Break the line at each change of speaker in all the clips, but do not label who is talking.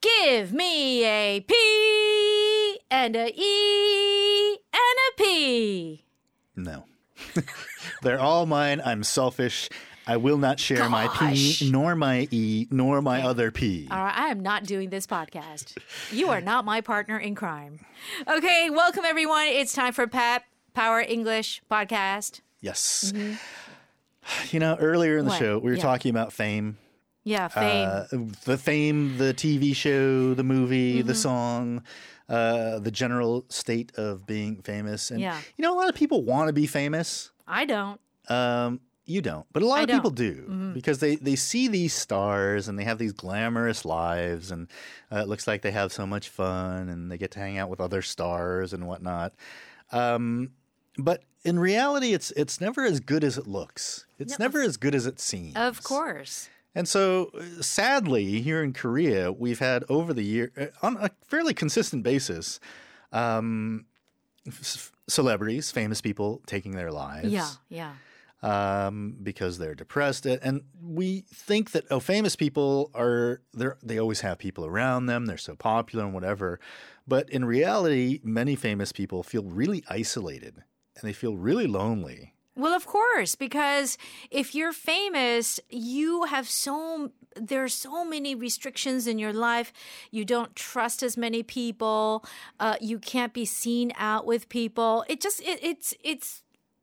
Give me a P and a E and a P.
No. They're all mine. I'm selfish. I will not share my
Gosh.
P, nor my E, nor my other P.
All right, I am not doing this podcast. You are not my partner in crime. Okay, welcome everyone. It's time for Pap Power English podcast.
Yes. You know, earlier in the
Mm-hmm. What?
show, we were
Yeah.
talking about fame.
Yeah, fame.
Uh, the fame, the TV show, the movie,
Mm-hmm.
the song, uh, the general state of being famous. And,
Yeah.
you know, a lot of people want to be famous.
I don't.
Um, you don't, but a lot
I
of people
don't. Mm-hmm.
do because they, they see these stars and they have these glamorous lives, and uh, it looks like they have so much fun and they get to hang out with other stars and whatnot. Um, but in reality, it's it's never as good as it looks. It's never as good as it seems.
Of course.
And so, uh, sadly, here in Korea, we've had over the year, uh, on a fairly consistent basis, um, f- celebrities, famous people taking their lives
Yeah, yeah.
um, because they're depressed, A- and we think that oh, famous people are they they always have people around them, they're so popular and whatever, but in reality, many famous people feel really isolated and they feel really lonely.
Well, of course, because if you're famous, you have so there are so many restrictions in your life. You don't trust as many people. Uh, you can't be seen out with people. It just it, it's it's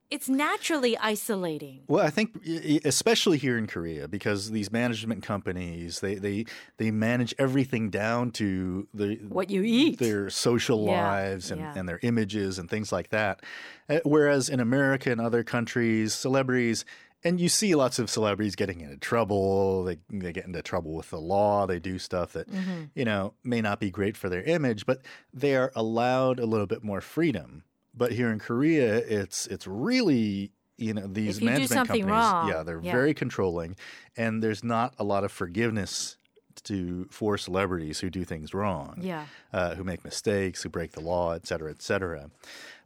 it's naturally isolating.
Well, I think e- e- especially here in Korea, because these management companies they they they manage everything down to the
What you eat.
their social
Yeah,
lives and,
yeah.
and their images and things like that. Uh, Whereas in America and other countries, celebrities. And you see lots of celebrities getting into trouble. They, they get into trouble with the law. They do stuff that,
Mm-hmm.
you know, may not be great for their image, but they are allowed a little bit more freedom. But here in Korea, it's it's really, you know, these
If you do
management
something
companies.
wrong,
yeah, they're
yeah.
very controlling. And there's not a lot of forgiveness to for celebrities who do things wrong
Yeah.
uh, who make mistakes, who break the law, et cetera, et cetera.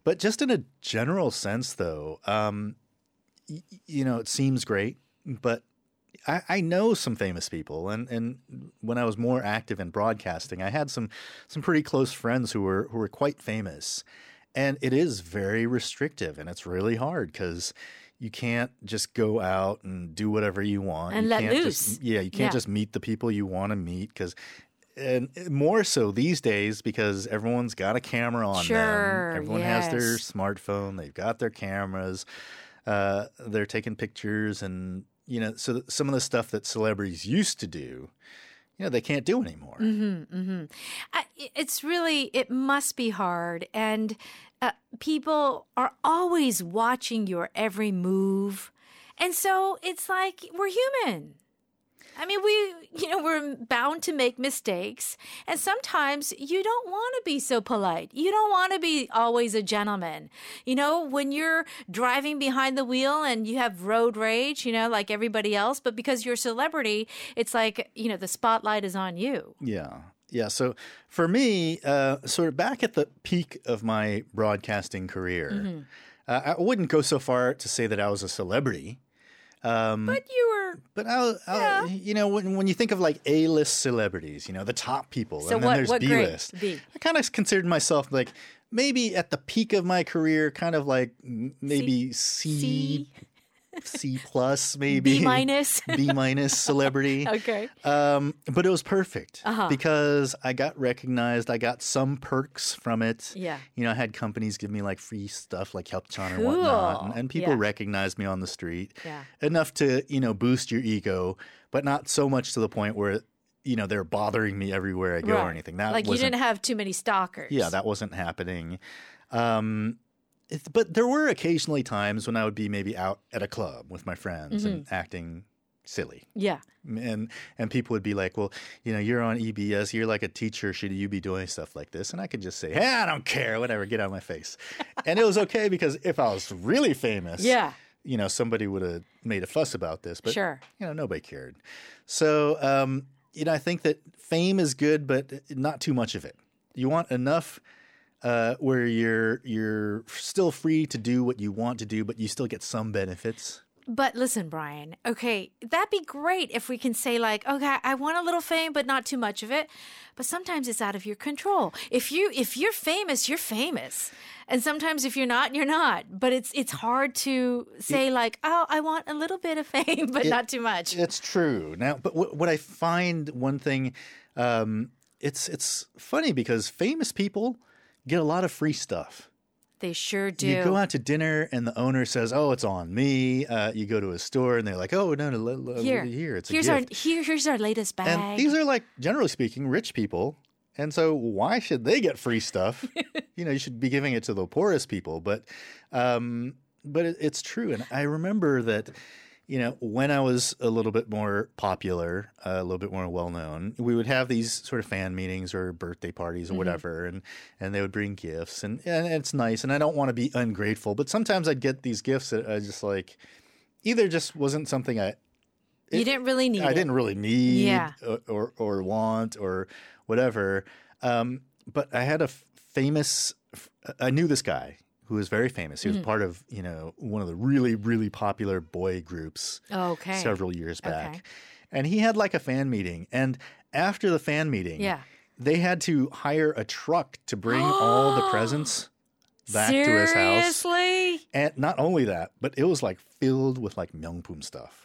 But just in a general sense, though, um, y- y- you know, it seems great, but I, I know some famous people, and, and when I was more active in broadcasting, I had some some pretty close friends who were who were quite famous, and it is very restrictive, and it's really hard because you can't just go out and do whatever you want
And
You
let
can't just-
loose.
yeah, you can't
Yeah.
just meet the people you want to meet because and more so these days because everyone's got a camera on
Sure,
them. Everyone has their
yes.
smartphone. They've got their cameras. Uh, they're taking pictures, and you know, so th- some of the stuff that celebrities used to do, you know, they can't do anymore.
Mm-hmm. I, it's really it must be hard and uh, people are always watching your every move and so it's like we're human i mean we you know we're bound to make mistakes and sometimes you don't want to be so polite you don't want to be always a gentleman you know when you're driving behind the wheel and you have road rage you know like everybody else but because you're a celebrity it's like you know the spotlight is on you
Yeah. Yeah. So for me, uh, sort of back at the peak of my broadcasting career,
Mm-hmm.
uh, I wouldn't go so far to say that I was a celebrity.
but you were
But I'll, I'll you know, when, when you think of like A list celebrities, you know, the top people,
So
and then
what-
there's
what
B
grade?
list.
B.
I kind of considered myself like maybe at the peak of my career, kind of like m- maybe C,
C,
C, plus, maybe
B minus.
B minus celebrity.
okay. Uh-huh.
Um, but it was perfect because I got recognized. I got some perks from it.
Yeah.
You know, I had companies give me like free stuff like help Chan and whatnot. And,
Cool.
and people
Yeah.
recognized me on the street
Yeah.
enough to, you know, boost your ego, but not so much to the point where, you know, they're bothering me everywhere I go or
Right.
anything. That
like you
wasn't
didn't have too many stalkers.
yeah, that wasn't happening. Um, it, but there were occasionally times when I would be maybe out at a club with my friends
Mm-hmm.
and acting silly.
yeah.
And and people would be like, well, you know, you're on EBS, you're like a teacher. Should you be doing stuff like this? And I could just say, hey, I don't care, whatever, get out of my face. and it was okay because if I was really famous,
Yeah.
you know, somebody would have made a fuss about this. But
Sure.
you know, nobody cared. So, um, you know, I think that fame is good, but not too much of it. You want enough uh, where you're you're still free to do what you want to do, but you still get some benefits.
But listen, Brian, okay, that'd be great if we can say, like, okay, I want a little fame, but not too much of it. But sometimes it's out of your control. If you if you're famous, you're famous. And sometimes if you're not, you're not. But it's it's hard to say like, oh, I want a little bit of fame, but
It-
not too much.
It's true. Now, but what, what I find one thing, um, it's it's funny because famous people get a lot of free stuff.
they sure do.
You go out to dinner and the owner says, "Oh, it's on me." Uh, you go to a store and they're like, "Oh, no, no, le- le-
here,
here, it's a
here's
gift."
our here, here's our latest bag.
And these are like, generally speaking, rich people. And so, why should they get free stuff? you know, you should be giving it to the poorest people. But, um, but it, it's true. And I remember that, you know, when I was a little bit more popular, uh, a little bit more well known, we would have these sort of fan meetings or birthday parties or whatever, and and they would bring gifts, and, and it's nice. And I don't want to be ungrateful, but sometimes I'd get these gifts that I just like, either just wasn't something I
you didn't really need
I
it.
didn't really need
Yeah.
or, or or want or whatever. Um, but I had a f- famous. f- I knew this guy who was very famous.
Mm-hmm.
He was part of you know one of the really really popular boy groups
Oh, Okay.
several years back,
Okay.
and he had like a fan meeting. And after the fan meeting,
Yeah.
they had to hire a truck to bring all the presents back to his house.
Seriously?
And not only that, but it was like filled with like Myungpum stuff.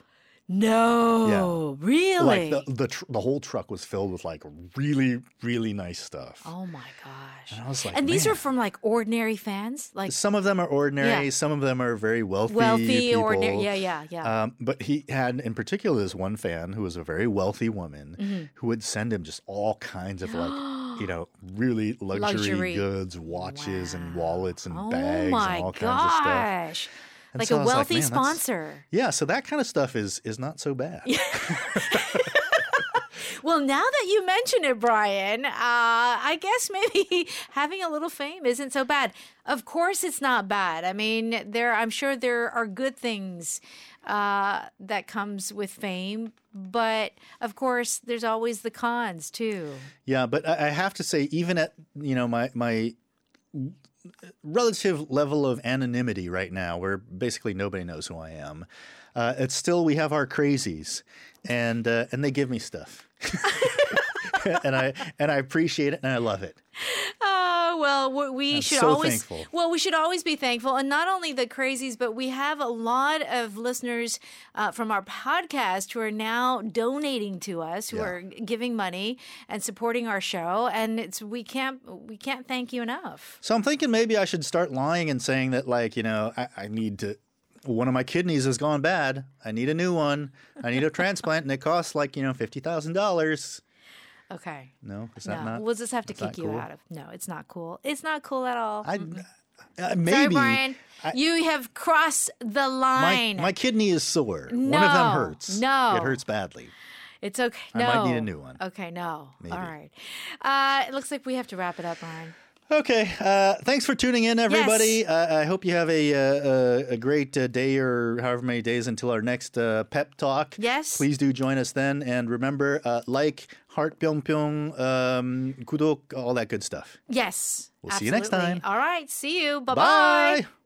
No. Really?
Like the the, tr- the whole truck was filled with like really really nice stuff.
oh my gosh.
And I was like,
and these
"Man."
are from like ordinary fans, like
some of them are ordinary,
Yeah.
some of them are very wealthy,
wealthy,
people.
ordinary. Yeah, yeah, yeah.
Um, but he had, in particular, this one fan who was a very wealthy woman
Mm. Mm-hmm.
who would send him just all kinds of like, you know, really luxury,
Luxury.
goods, watches and wallets and
oh
bags and
my
all
gosh.
kinds of stuff. And
Like
so I
a
was
wealthy
"Man, that's-
sponsor.
Yeah, so that kind of stuff is is not so bad.
Well, now that you mention it, Brian, uh, I guess maybe having a little fame isn't so bad. Of course, it's not bad. I mean, there. I'm sure there are good things uh, that comes with fame, but of course, there's always the cons too.
Yeah, but I I have to say, even at you know my my relative level of anonymity right now, where basically nobody knows who I am, uh, it's still we have our crazies, and uh, and they give me stuff, and I and I appreciate it and I love it.
Oh well, w- we should
so
always
thankful.
well, we should always be thankful, and not only the crazies, but we have a lot of listeners uh, from our podcast who are now donating to us, who
Yeah.
are giving money and supporting our show, and it's we can't we can't thank you enough.
So I'm thinking maybe I should start lying and saying that like you know I, I need to. One of my kidneys has gone bad. I need a new one. I need a transplant, and it costs like you know fifty thousand dollars.
Okay,
No, is that
no,
not?
we'll just have to
that's not
kick you
cool?
out of. No, it's not cool. It's not cool at all.
I, uh, maybe
Mm-hmm. Sorry, Brian, you have crossed the
My,
line.
my kidney is sore. One of them
No,
hurts.
no.
It hurts badly.
It's okay.
I
No.
might need a new one.
Okay, no.
Maybe.
All right. Uh, it looks like we have to wrap it up, Ryan.
Okay. Uh, thanks for tuning in, everybody. Uh, I hope you have a, uh, a, a great uh, day or however many days until our next uh, pep talk.
Yes.
Please do join us then. And remember, uh, like, heart, pyong, pyong, um, kudok, all that good stuff.
Yes.
We'll see you next
absolutely.
time.
All right. See you. Bye-bye.
Bye.